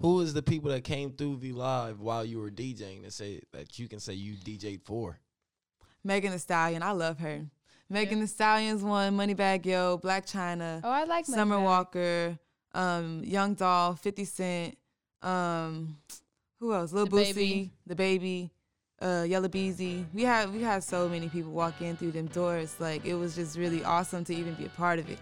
Who is the people that came through the live while you were DJing that say that you can say you DJ'd for? Megan the Stallion, I love her. Megan the Stallion's one, Moneybag Yo, Black China, Oh, I like Summer Moneybagg. Walker, um, Young Doll, 50 Cent, um, who else? Lil The Boosie, Baby. The Baby, uh, Yellow Beezy. We had we had so many people walk in through them doors. Like it was just really awesome to even be a part of it.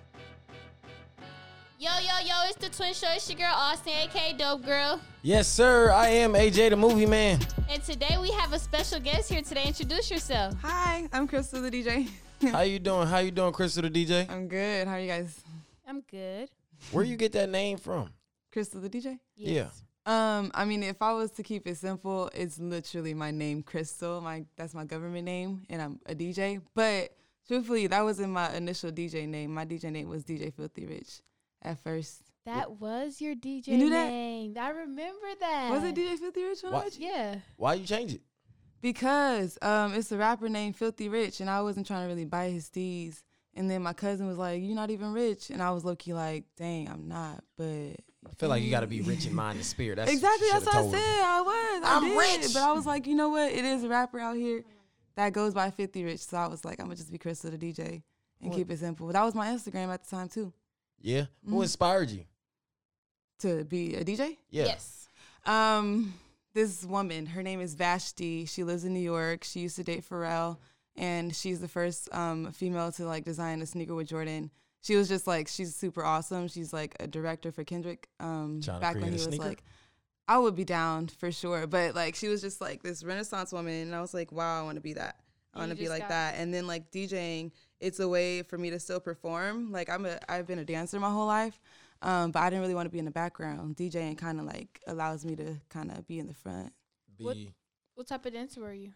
Yo, yo, yo, it's the Twin Show. It's your girl Austin, aka Dope Girl. Yes, sir. I am AJ the Movie Man. And today we have a special guest here today. Introduce yourself. Hi, I'm Crystal the DJ. How you doing? How you doing, Crystal the DJ? I'm good. How are you guys? I'm good. Where you get that name from? Crystal the DJ. Yeah. Um, I mean, if I was to keep it simple, it's literally my name, Crystal. My that's my government name, and I'm a DJ. But truthfully, that wasn't my initial DJ name. My DJ name was DJ Filthy Rich at first. That was your DJ knew that? name. I remember that. Was it DJ Filthy Rich? When I What? met you? Yeah. Why you change it? Because um, it's a rapper named Filthy Rich, and I wasn't trying to really buy his steez. And then my cousin was like, "You're not even rich," and I was low key like, "Dang, I'm not." But I feel like you got to be rich in mind and spirit. That's exactly. you That's what I should've said. told him. I was. I I'm did, rich. But I was like, you know what? It is a rapper out here that goes by 50 Rich. So I was like, I'm going to just be Crystal the DJ and What? keep it simple. That was my Instagram at the time, too, Yeah. Mm. Who inspired you? to be a DJ. Yeah. Yes. Um, this woman, her name is Vashti. She lives in New York. She used to date Pharrell, and she's the first um, female to like design a sneaker with Jordan. She was just like she's super awesome. She's like a director for Kendrick. Um, Tryna back create when a he was sneaker? like, I would be down for sure. But like she was just like this Renaissance woman, and I was like, wow, I want to be that. I want And you to be just like got- that. And then like DJing, it's a way for me to still perform. Like I'm a, I've been a dancer my whole life, um, but I didn't really want to be in the background. DJing kind of like allows me to kind of be in the front. What- Be- What type of dancer were you?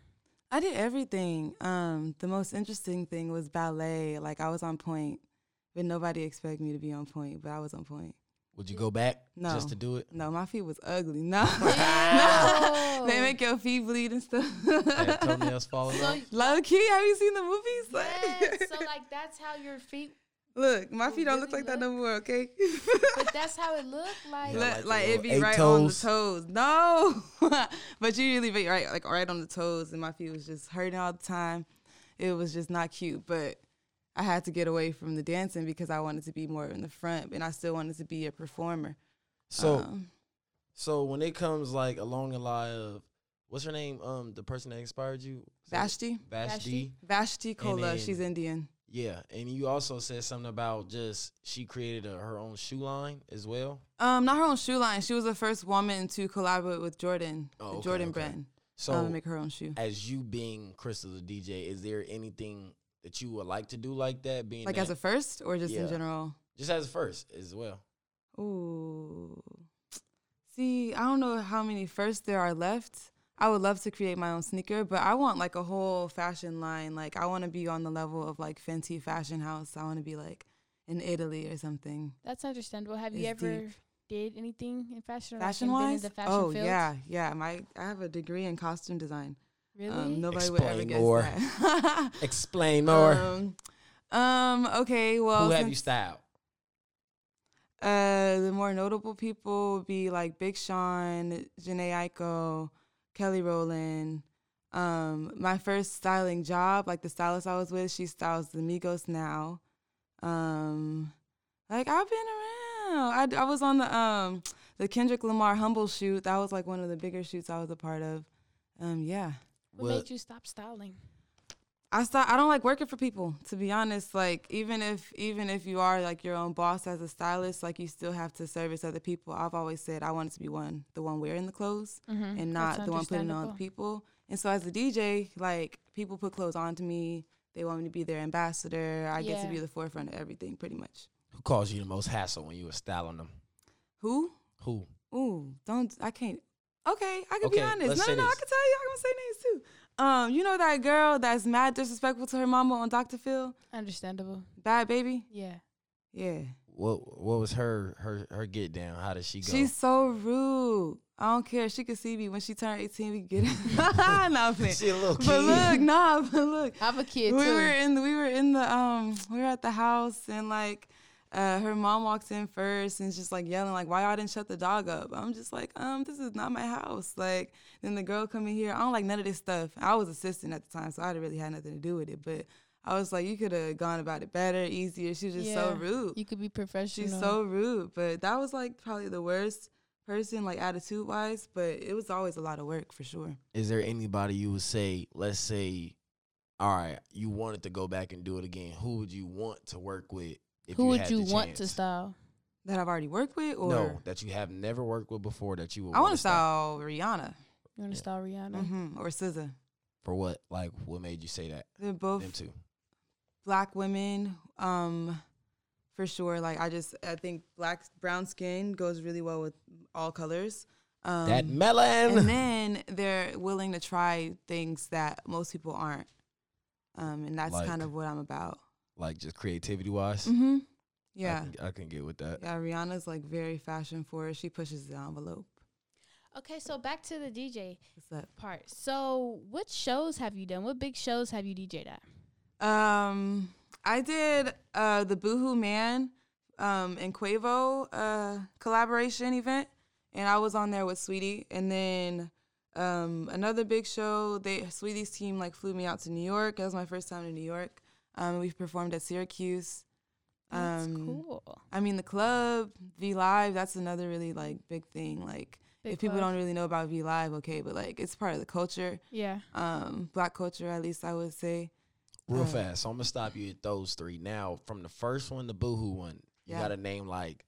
I did everything. Um, the most interesting thing was ballet. Like I was on point, but nobody expected me to be on point. But I was on point. Would you go back No. just to do it? No, my feet was ugly. No, Wow. they make your feet bleed and stuff. Had toenails falling So, off? Low key, have you seen the movies? yes, so like that's how your feet, look, my It feet don't look really like that no more. Okay. but that's how it looked like. Yeah. like Let- like, the it little be eight right toes. on the toes. No, but you really be right, like right on the toes, and my feet was just hurting all the time. It was just not cute, but I had to get away from the dancing because I wanted to be more in the front, and I still wanted to be a performer. So, Um, so when it comes like along the line of, what's her name? Um, the person that inspired you? Say it. Vashti, Vashti. Vashti Kola, then- she's Indian. Yeah, and you also said something about just she created a, her own shoe line as well. Um, not her own shoe line. She was the first woman to collaborate with Jordan, Oh, the okay, Jordan okay. brand, So, um, to make her own shoe. as you being Crystal the DJ, is there anything that you would like to do like that? Being Like that- as a first, or just Yeah. in general. just as a first as well. Ooh. See, I don't know how many firsts there are left. I would love to create my own sneaker, but I want like a whole fashion line. Like I want to be on the level of like Fenty Fashion House. I want to be like in Italy or something. That's understandable. Have you It's ever deep. did anything in fashion? or, like, Fashion been wise, in the fashion oh field? yeah, yeah. My I have a degree in costume design. really? Um, nobody would ever Explain guess more. that. Explain more. Um, um. Okay. Well, Who have since- you styled? Uh, the more notable people would be like Big Sean, Janae Aiko, Kelly Rowland. Um, my first styling job, like the stylist I was with, she styles the Migos now. Um, like I've been around. I, I was on the um the Kendrick Lamar Humble shoot. That was like one of the bigger shoots I was a part of. Um, yeah. what Well, made you stop styling? I start, I don't like working for people, to be honest. Like even if even if you are like your own boss as a stylist, like you still have to service other people. I've always said I wanted to be one the one wearing the clothes Mm-hmm. and not the one putting it on the people. And so as a DJ, like people put clothes on to me. They want me to be their ambassador. I get to Yeah. be the forefront of everything pretty much. Who caused you the most hassle when you were styling them? Who? Who? Ooh, don't I can't. Okay, I can Okay, be honest. let's No, say no, no, I this. can tell you. I can say names too. Um, you know that girl that's mad disrespectful to her mama on Dr. Phil, Understandable. Bad Baby. Yeah. Yeah. What What was her her her get down? How did she go? She's so rude. I don't care. She could see me when she turned 18. We could get it. no, I'm playing. She a little But look, nah, but look. I have a kid We too. were in the, we were in the um we were at the house and like Uh, her mom walks in first and is just like yelling, like, "Why y'all didn't shut the dog up?" I'm just like, "Um, this is not my house." Like, then the girl coming here, I don't like none of this stuff. I was assistant at the time, so I really had nothing to do with it. But I was like, "You could have gone about it better, easier." She was just so Yeah. rude. You could be professional. She's so rude, but that was like probably the worst person, like attitude wise. But it was always a lot of work for sure. Is there anybody you would say, let's say, all right, you wanted to go back and do it again? Who would you want to work with? If Who would had you the want to chance? style? That I've already worked with, or No, that you have never worked with before that you would I want wanna to style Rihanna You want Yeah. to style Rihanna? hmm or SZA. For what? Like, what made you say that? They're both Them two. black women, um, for sure. Like I just, I think black brown skin goes really well with all colors. Um, that melon. and then they're willing to try things that most people aren't, um, and that's Like- kind of what I'm about. like, just creativity wise. Mm-hmm. hmm Yeah. I can, I can get with that. Yeah, Rihanna's like very fashion forward. She pushes the envelope. Mm-hmm. Okay, so back to the DJ What's up? part. So, what shows have you done? What big shows have you DJ'd at? Um, I did uh the Boohoo Man um and Quavo uh collaboration event, and I was on there with Sweetie, and then um another big show. They Sweetie's team like flew me out to New York. That was my first time to New York. Um, we performed at Syracuse. That's Um, cool. I mean, the club, V Live, that's another really like big thing. Like, Big if people club. don't really know about V Live, okay, but like it's part of the culture, Yeah. um, black culture, at least I would say. Real Uh, fast. So I'm gonna stop you at those three. Now, from the first one, the boohoo one, you Yeah. gotta name like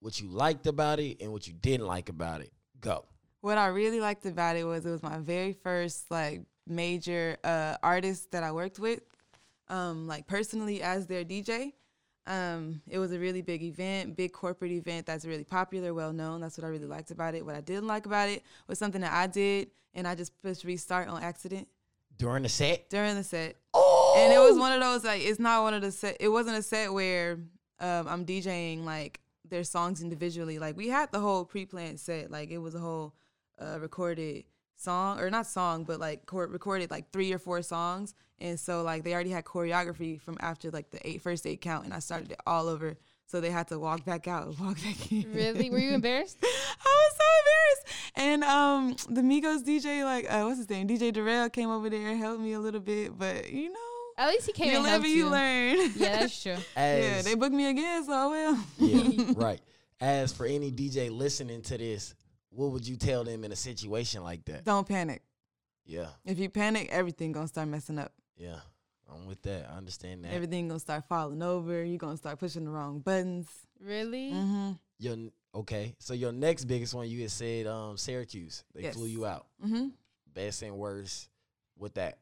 what you liked about it and what you didn't like about it. Go. What I really liked about it was it was my very first like major uh, artist that I worked with, um, like personally as their DJ. Um, it was a really big event, big corporate event that's really popular, well known. That's what I really liked about it. What I didn't like about it was something that I did and I just pushed restart on accident During the set. during the set. Oh And it was one of those like it's not one of the set. It wasn't a set where um, I'm DJing like their songs individually. Like we had the whole pre-planned set. Like it was a whole uh, recorded song or not song, but like cor- recorded like three or four songs. And so like they already had choreography from after like the eight first eight count, and I started it all over. So they had to walk back out and walk back in. Really? Were you embarrassed? I was so embarrassed. And um, the Migos DJ, like, uh, what's his name? DJ Darrell came over there and helped me a little bit, but you know, At least he came you and live helped and you you. learn. Yeah, that's true. yeah, as, they booked me again, so I will. yeah, right. As for any DJ listening to this, what would you tell them in a situation like that? Don't panic. Yeah, If you panic, everything gonna start messing up. yeah. I'm with that. I understand that. Everything gonna start falling over. You're gonna start pushing the wrong buttons. Really? Mm-hmm. Your n- okay. So your next biggest one you had said um Syracuse. They Yes. flew you out. Mm-hmm. Best and worst with that.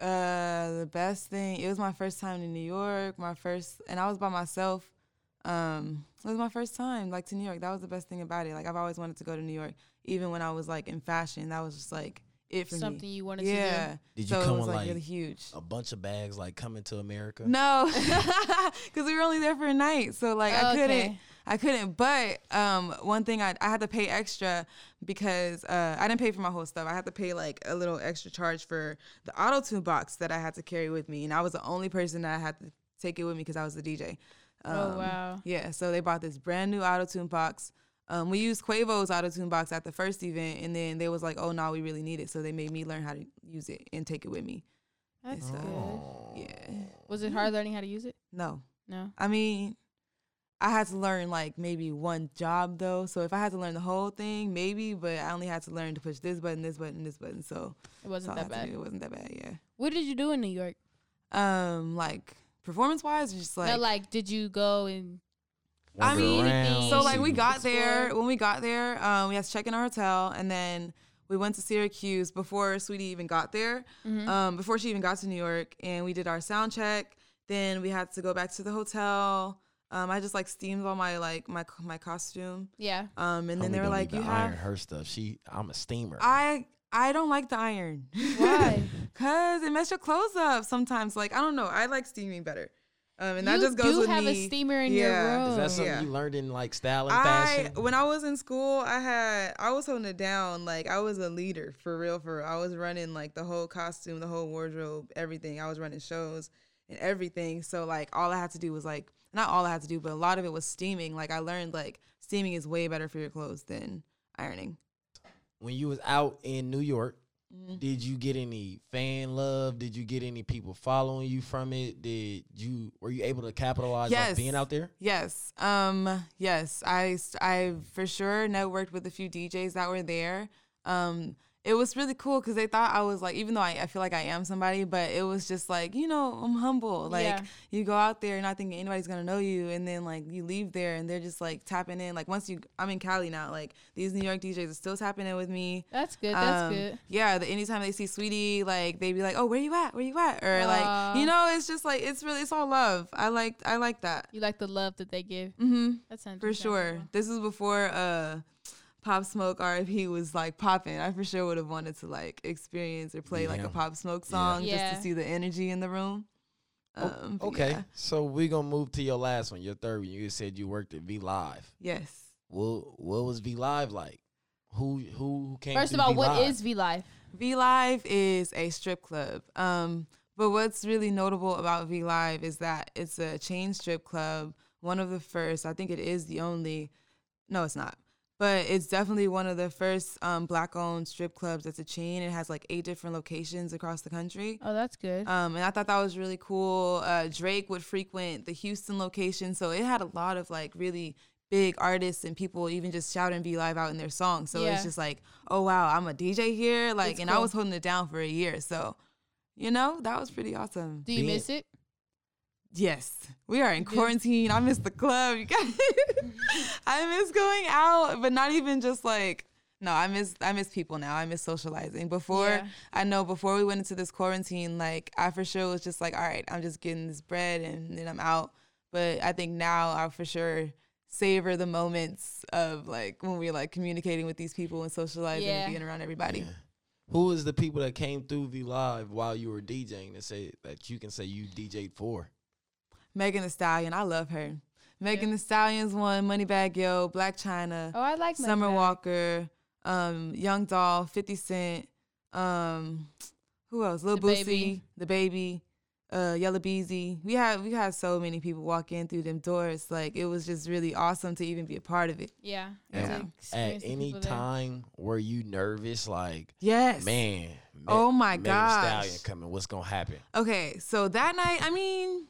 Uh, the best thing. It was my first time to New York. My first, and I was by myself. Um, it was my first time like to New York. That was the best thing about it. Like I've always wanted to go to New York, even when I was like in fashion. That was just like it for Something me. you wanted yeah. to Did you so come it was on, like, like, really huge. A bunch of bags like coming to America. No, because we were only there for a night, so like I Oh, Okay. couldn't, I couldn't. But um, one thing I I had to pay extra because uh, I didn't pay for my whole stuff. I had to pay like a little extra charge for the auto tune box that I had to carry with me, and I was the only person that had to take it with me because I was the DJ. do? Um, oh, wow. Yeah, so they bought this brand new auto tune box. Um, we used Quavo's auto tune box at the first event, and then they was like, "Oh no, we really need it," so they made me learn how to use it and take it with me. That's it's, uh, Oh. good. Yeah, Was it hard learning how to use it? no. No. I mean, I had to learn like maybe one job though. So if I had to learn the whole thing, maybe, but I only had to learn to push this button, this button, this button. So It wasn't that's all I that had to do. bad. It wasn't that bad, yeah. What did you do in New York? Um, like performance wise, just like, Like, like did you go and I Wander mean, around, so like we see- got there Explore. when we got there, um, we had to check in our hotel and then we went to Syracuse before Sweetie even got there. Mm-hmm. um, before she even got to New York, and we did our sound check. Then we had to go back to the hotel. Um, I just like steamed all my like my my costume. yeah? Um, and then Homie they were don't like, even "You iron have her stuff. She, I'm a steamer. I." I don't like the iron. Why? Cause it mess your clothes up sometimes. Like I don't know. I like steaming better, um, and that you just goes do with have me. a steamer in Yeah. your room. Is that something Oh, yeah. you learned in like style and I fashion? when I was in school, I had I was holding it down. Like I was a leader for real. For real. I was running like the whole costume, the whole wardrobe, everything. I was running shows and everything. So like all I had to do was like, not all I had to do, but a lot of it was steaming. Like I learned like steaming is way better for your clothes than ironing. When you was out in New York, Mm-hmm. did you get any fan love? Did you get any people following you from it? Did you were you able to capitalize Yes. off being out there? Yes. Um yes, I s- I for sure networked with a few DJs that were there. Um it was really cool because they thought I was like, even though I, I feel like I am somebody, but it was just like, you know, I'm humble. Like, Yeah. you go out there not thinking anybody's gonna know you, and then like you leave there and they're just like tapping in. Like, once you, I'm in Cali now, like these New York DJs are still tapping in with me. That's good. That's Um, good. Yeah, the, anytime they see Sweetie, like they be like, "Oh, where you at? Where you at?" Or Aw. like, you know, it's just like it's really it's all love. I like I like that. You like the love that they give. hmm That's for sure. This is before uh, Pop Smoke R.I.P. was like popping. I for sure would have wanted to like experience or play like Yeah. a Pop Smoke song just Yeah. to see the energy in the room. Um, but Okay, yeah. so we gonna move to your last one, your third one. You said you worked at V Live. Yes. What what was V Live like? Who who came? First of through all, V what Live? is V Live? V Live is a strip club. Um, but what's really notable about V Live is that it's a chain strip club, one of the first. I think it is the only. No, it's not. But it's definitely one of the first um, black-owned strip clubs that's a chain. It has like eight different locations across the country. Oh, that's good. Um, and I thought that was really cool. Uh, Drake would frequent the Houston location, so it had a lot of like really big artists and people even just shouting "Be Live" out in their songs. So Yeah. it's just like, oh wow, I'm a DJ here, like, It's and I cool. was holding it down for a year, so you know that was pretty awesome. Do you being- miss it? Yes, we are in quarantine. I miss the club. You guys. I miss going out, but not even just like no. I miss I miss people now. I miss socializing. Before Yeah. I know before we went into this quarantine, like I for sure was just like, all right, I'm just getting this bread and then I'm out. But I think now I for sure savor the moments of like when we're like communicating with these people and socializing Yeah. and being around everybody. Yeah. Who is the people that came through V Live while you were DJing that say that you can say you DJ'd for? Megan Thee Stallion, I love her. Megan The Thee Stallion's one, Moneybag Yo, Black China. Oh, I like Money Summer Bag. Walker, um, Young Doll, 50 Cent, um, who else? Lil The Boosie, Baby. The Baby, uh, Yellow Beezy. We had we had so many people walk in through them doors. Like it was just really awesome to even be a part of it. Yeah. Yeah. to At experience the any people there. time were you nervous? Like Yes. man, Me- Oh my Megan Thee Stallion gosh. coming. What's gonna happen? Okay, so that night, I mean,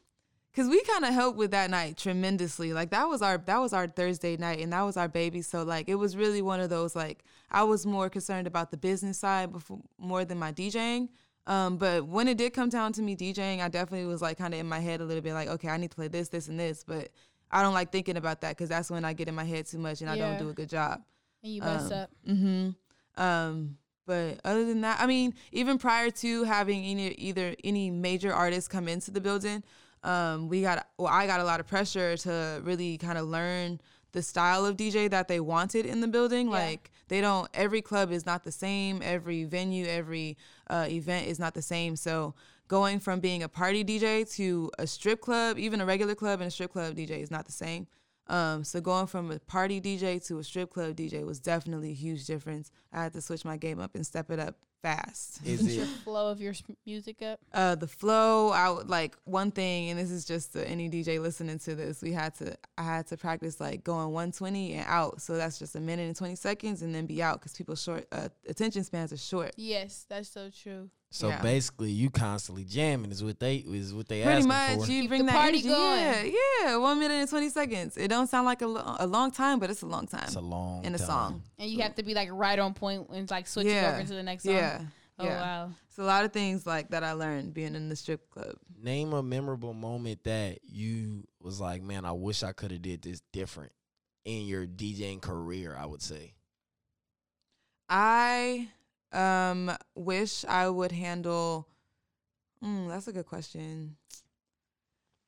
cause we kind of helped with that night tremendously. Like that was our that was our Thursday night, and that was our baby. So like it was really one of those like I was more concerned about the business side before more than my DJing. Um, but when it did come down to me DJing, I definitely was like kind of in my head a little bit like, okay, I need to play this, this, and this. But I don't like thinking about that because that's when I get in my head too much and I Yeah. don't do a good job. And you mess Um, up. hmm Um, but other than that, I mean, even prior to having any either any major artists come into the building, um, we got well, I got a lot of pressure to really kind of learn the style of DJ that they wanted in the building. Like they don't every club is not the same, every venue, every uh, event is not the same. So going from being a party DJ to a strip club, even a regular club and a strip club DJ is not the same. Um, so going from a party DJ to a strip club DJ was definitely a huge difference. I had to switch my game up and step it up fast. Is it Flow of your s- music up. Uh, the flow, I would like one thing, and this is just to any DJ listening to this. We had to, I had to practice like going 120 and out. So that's just a minute and 20 seconds, and then be out because people's short uh, attention spans are short. Yes, that's so true. so Yeah. basically you constantly jamming is what they is what they Pretty asking much, for. you Keep bring the that party energy. going. Yeah, yeah, one minute and 20 seconds. It don't sound like a, lo- a long time, but it's a long time it's a long in a time. song. And you have to be like right on point and like switching Yeah. over to the next song. Yeah. Oh yeah. wow. It's a lot of things like that I learned being in the strip club. Name a memorable moment that you was like, man, I wish I could have did this different in your DJing career. I would say. I um wish I would handle. Mm, that's a good question.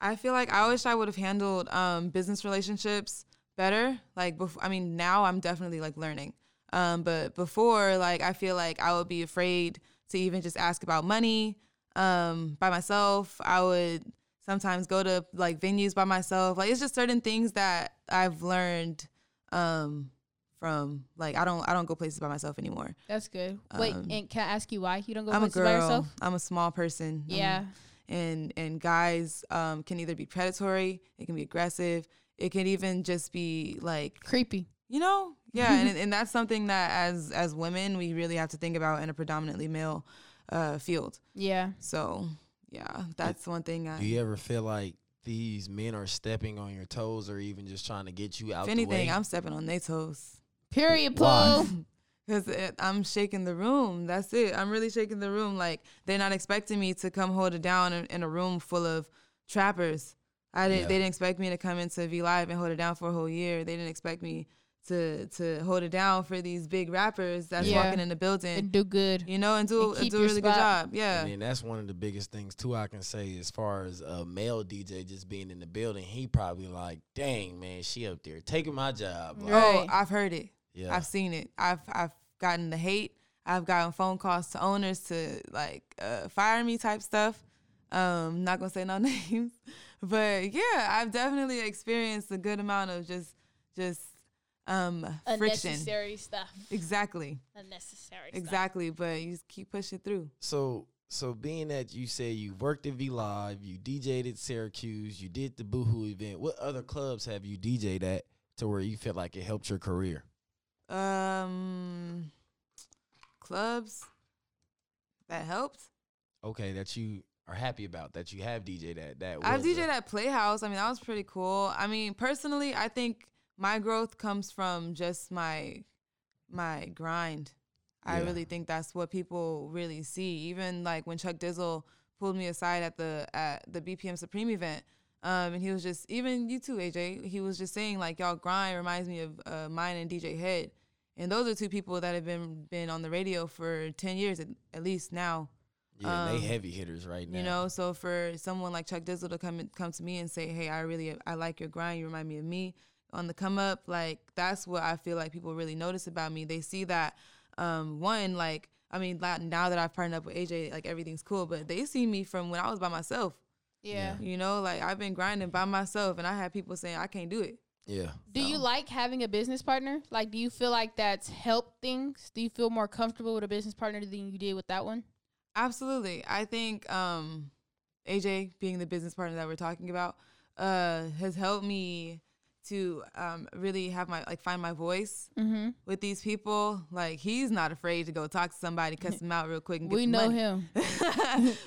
I feel like I wish I would have handled um, business relationships better. Like before, I mean, now I'm definitely like learning. Um, but before, like I feel like I would be afraid to even just ask about money um, by myself. I would sometimes go to like venues by myself. Like it's just certain things that I've learned um, from. Like I don't I don't go places by myself anymore. That's good. Wait, Um, and can I ask you why you don't go I'm a places by girl. Mm-hmm. yourself? I'm a small person. I'm- Yeah. and and guys um, can either be predatory, it can be aggressive, it can even just be like Creepy. you know yeah and, and that's something that as as women we really have to think about in a predominantly male uh, field. Yeah. So yeah, that's one thing. I, Do you ever feel like these men are stepping on your toes or even just trying to get you out if the anything, way? I'm stepping on their toes. Period. Why? Pooh. Cause it, I'm shaking the room. That's it. I'm really shaking the room. Like they're not expecting me to come hold it down in, in a room full of trappers. I didn't. Yeah. They didn't expect me to come into V Live and hold it down for a whole year. They didn't expect me to to hold it down for these big rappers that's Yeah. walking in the And building. do good. You know, and do And and keep do a your really good spot. job. Yeah. And then that's one of the biggest things too I can say as far as a male DJ just being in the building, he probably like, dang man, she up there taking my job. Like, Right. Oh, I've heard it. Yeah. I've seen it. I've I've gotten the hate. I've gotten phone calls to owners to like uh, fire me type stuff. Um, not gonna say no names, but yeah, I've definitely experienced a good amount of just just um friction. Unnecessary stuff. Exactly, Unnecessary stuff. exactly. But you just keep pushing through. So so being that you said you worked at V Live, you DJ'd at Syracuse, you did the Boohoo event, what other clubs have you DJ'd at to where you feel like it helped your career? Um, clubs that helped. Okay, that you are happy about, that you have DJ'd at that I've was a- DJed at Playhouse. I mean, that was pretty cool. I mean, personally, I think my growth comes from just my my grind. I Yeah. really think that's what people really see. Even like when Chuck Dizzle pulled me aside at the at the BPM Supreme event, um, and he was just even you too, AJ. He was just saying like y'all grind reminds me of uh, mine and DJ Head, and those are two people that have been been on the radio for ten years at, at least now. Yeah, and um, they heavy hitters right now. You know, so for someone like Chuck Dizzle to come and- come to me and say, "Hey, I really I like your grind. You remind me of me on the come up." Like that's what I feel like people really notice about me. They see that um, one like I mean, like, now that I've partnered up with AJ, like everything's cool, but they see me from when I was by myself. Yeah. You know, like I've been grinding by myself, and I had people saying I can't do it. Yeah. Do you like having a business partner? Like, do you feel like that's helped things? Do you feel more comfortable with a business partner than you did with that one? Absolutely. I think um, AJ, being the business partner that we're talking about, uh, has helped me to um, really have my like find my voice Mm-hmm. with these people. Like he's not afraid to go talk to somebody, cuss them out real quick. And get We the know money. him.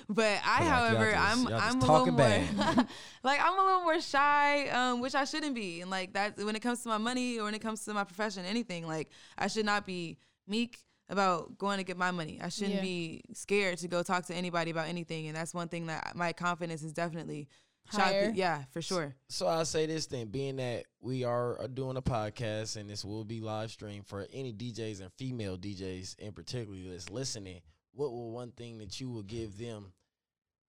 but I, y'all however, just- I'm y'all just I'm a little talking more like I'm a little more shy, um, which I shouldn't be. And like that's when it comes to my money or when it comes to my profession, anything like I should not be meek about going to get my money. I shouldn't Yeah. be scared to go talk to anybody about anything. And that's one thing that my confidence is definitely shot Higher. through- Yeah, for sure. So I say this thing, being that we are uh, doing a podcast and this will be live streamed for any DJs and female DJs in particular that's listening, what will one thing that you will give them?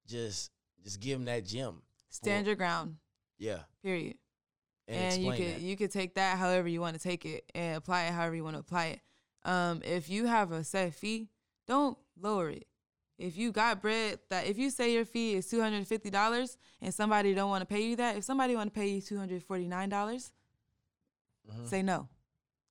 Just just give them that gem, Stand Well, your ground. yeah, Period. and, and you explain could that. you could take that however you want to take it and apply it however you want to apply it. Um, if you have a set fee, don't lower it. If you got bread that if you say your fee is two hundred and fifty dollars and somebody don't want to pay you that, if somebody want to pay you two hundred forty nine dollars, Mhm. say no.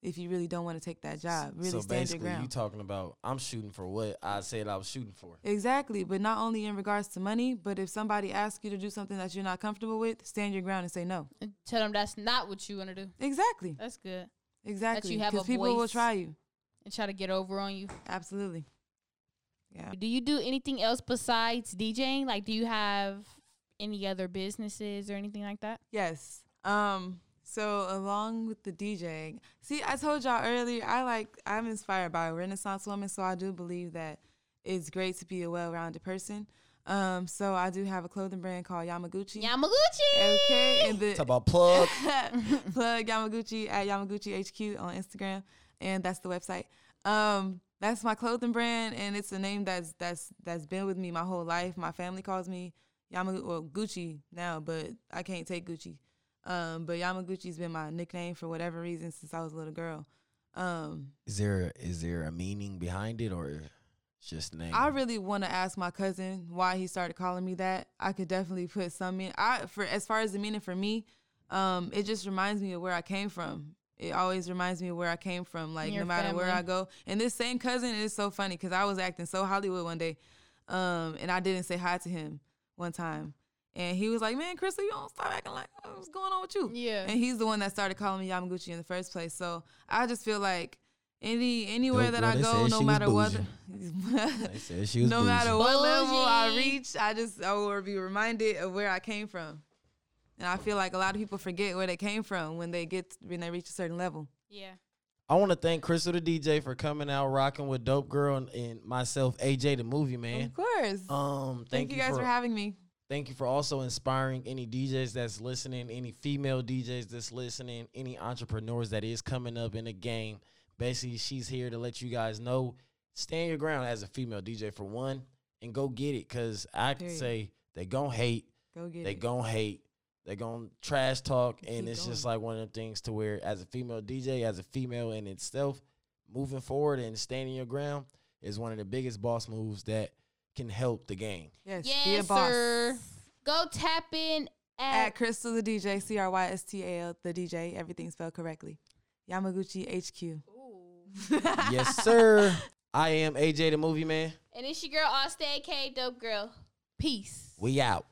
If you really don't want to take that job, really so stand your basically, you ground. Mm. talking about I'm shooting for what I said I was shooting for. exactly, but not only in regards to money, but if somebody asks you to do something that you're not comfortable with, stand your ground and say no. And tell them that's not what you want to do. Exactly, That's good. exactly. have Because a people will voice. try you. And try to get over on you. Absolutely. Yeah. Do you do anything else besides DJing? Like, do you have any other businesses or anything like that? Yes. Um. So along with the DJing, see, I told y'all earlier, I like I'm inspired by Renaissance women, so I do believe that it's great to be a well-rounded person. Um. So I do have a clothing brand called Yamaguchi. Yamaguchi. Okay. And Talk the about plug. plug Yamaguchi at Yamaguchi HQ on Instagram, and that's the website. Um, that's my clothing brand, and it's a name that's that's that's been with me my whole life. My family calls me Yamaguchi well, Gucci now, but I can't take Gucci. Um, but Yamaguchi's been my nickname for whatever reason since I was a little girl. Um, is there is there a meaning behind it or it's just name? I really want to ask my cousin why he started calling me that. I could definitely put some in. I for as far as the meaning for me, um, it just reminds me of where I came from. It always reminds me of where I came from. Like Your no matter where I family. go, and this same cousin is so funny because I was acting so Hollywood one day, um, and I didn't say hi to him. one time, and he was like, "Man, Crystal, you don't start acting like what's going on with you." Yeah. and he's the one that started calling me Yamaguchi in the first place. So I just feel like any anywhere Dope that girl, I they go, said no she was matter what, They said she was no matter bougie. what level I Bougie. reach, I just I will be reminded of where I came from. And I feel like a lot of people forget where they came from when they get when they reach a certain level. Yeah. I want to thank Crystal the DJ for coming out, rocking with Dope Girl and, and myself, AJ the movie man. Of course. Um, Thank, you guys for, having me. Thank you for also inspiring any DJs that's listening, any female DJs that's listening, any entrepreneurs that is coming up in the game. Basically, she's here to let you guys know stand your ground as a female DJ for one and go get it. Cause I could Period. say they gon' hate, Go get they it. gon' hate, they gon' trash talk, and Keep it's just going. like one of them things to where as a female DJ, as a female in itself, moving forward and standing your ground is one of the biggest boss moves that can help the game. Yes, be a Yes, boss. sir. Go tap in at, At Crystal the DJ, C R Y S T A L the DJ, everything spelled correctly. Yamaguchi HQ. yes, sir. I am AJ the Movie Man. and it's your girl Austin, aka Dope Girl. Peace. We out.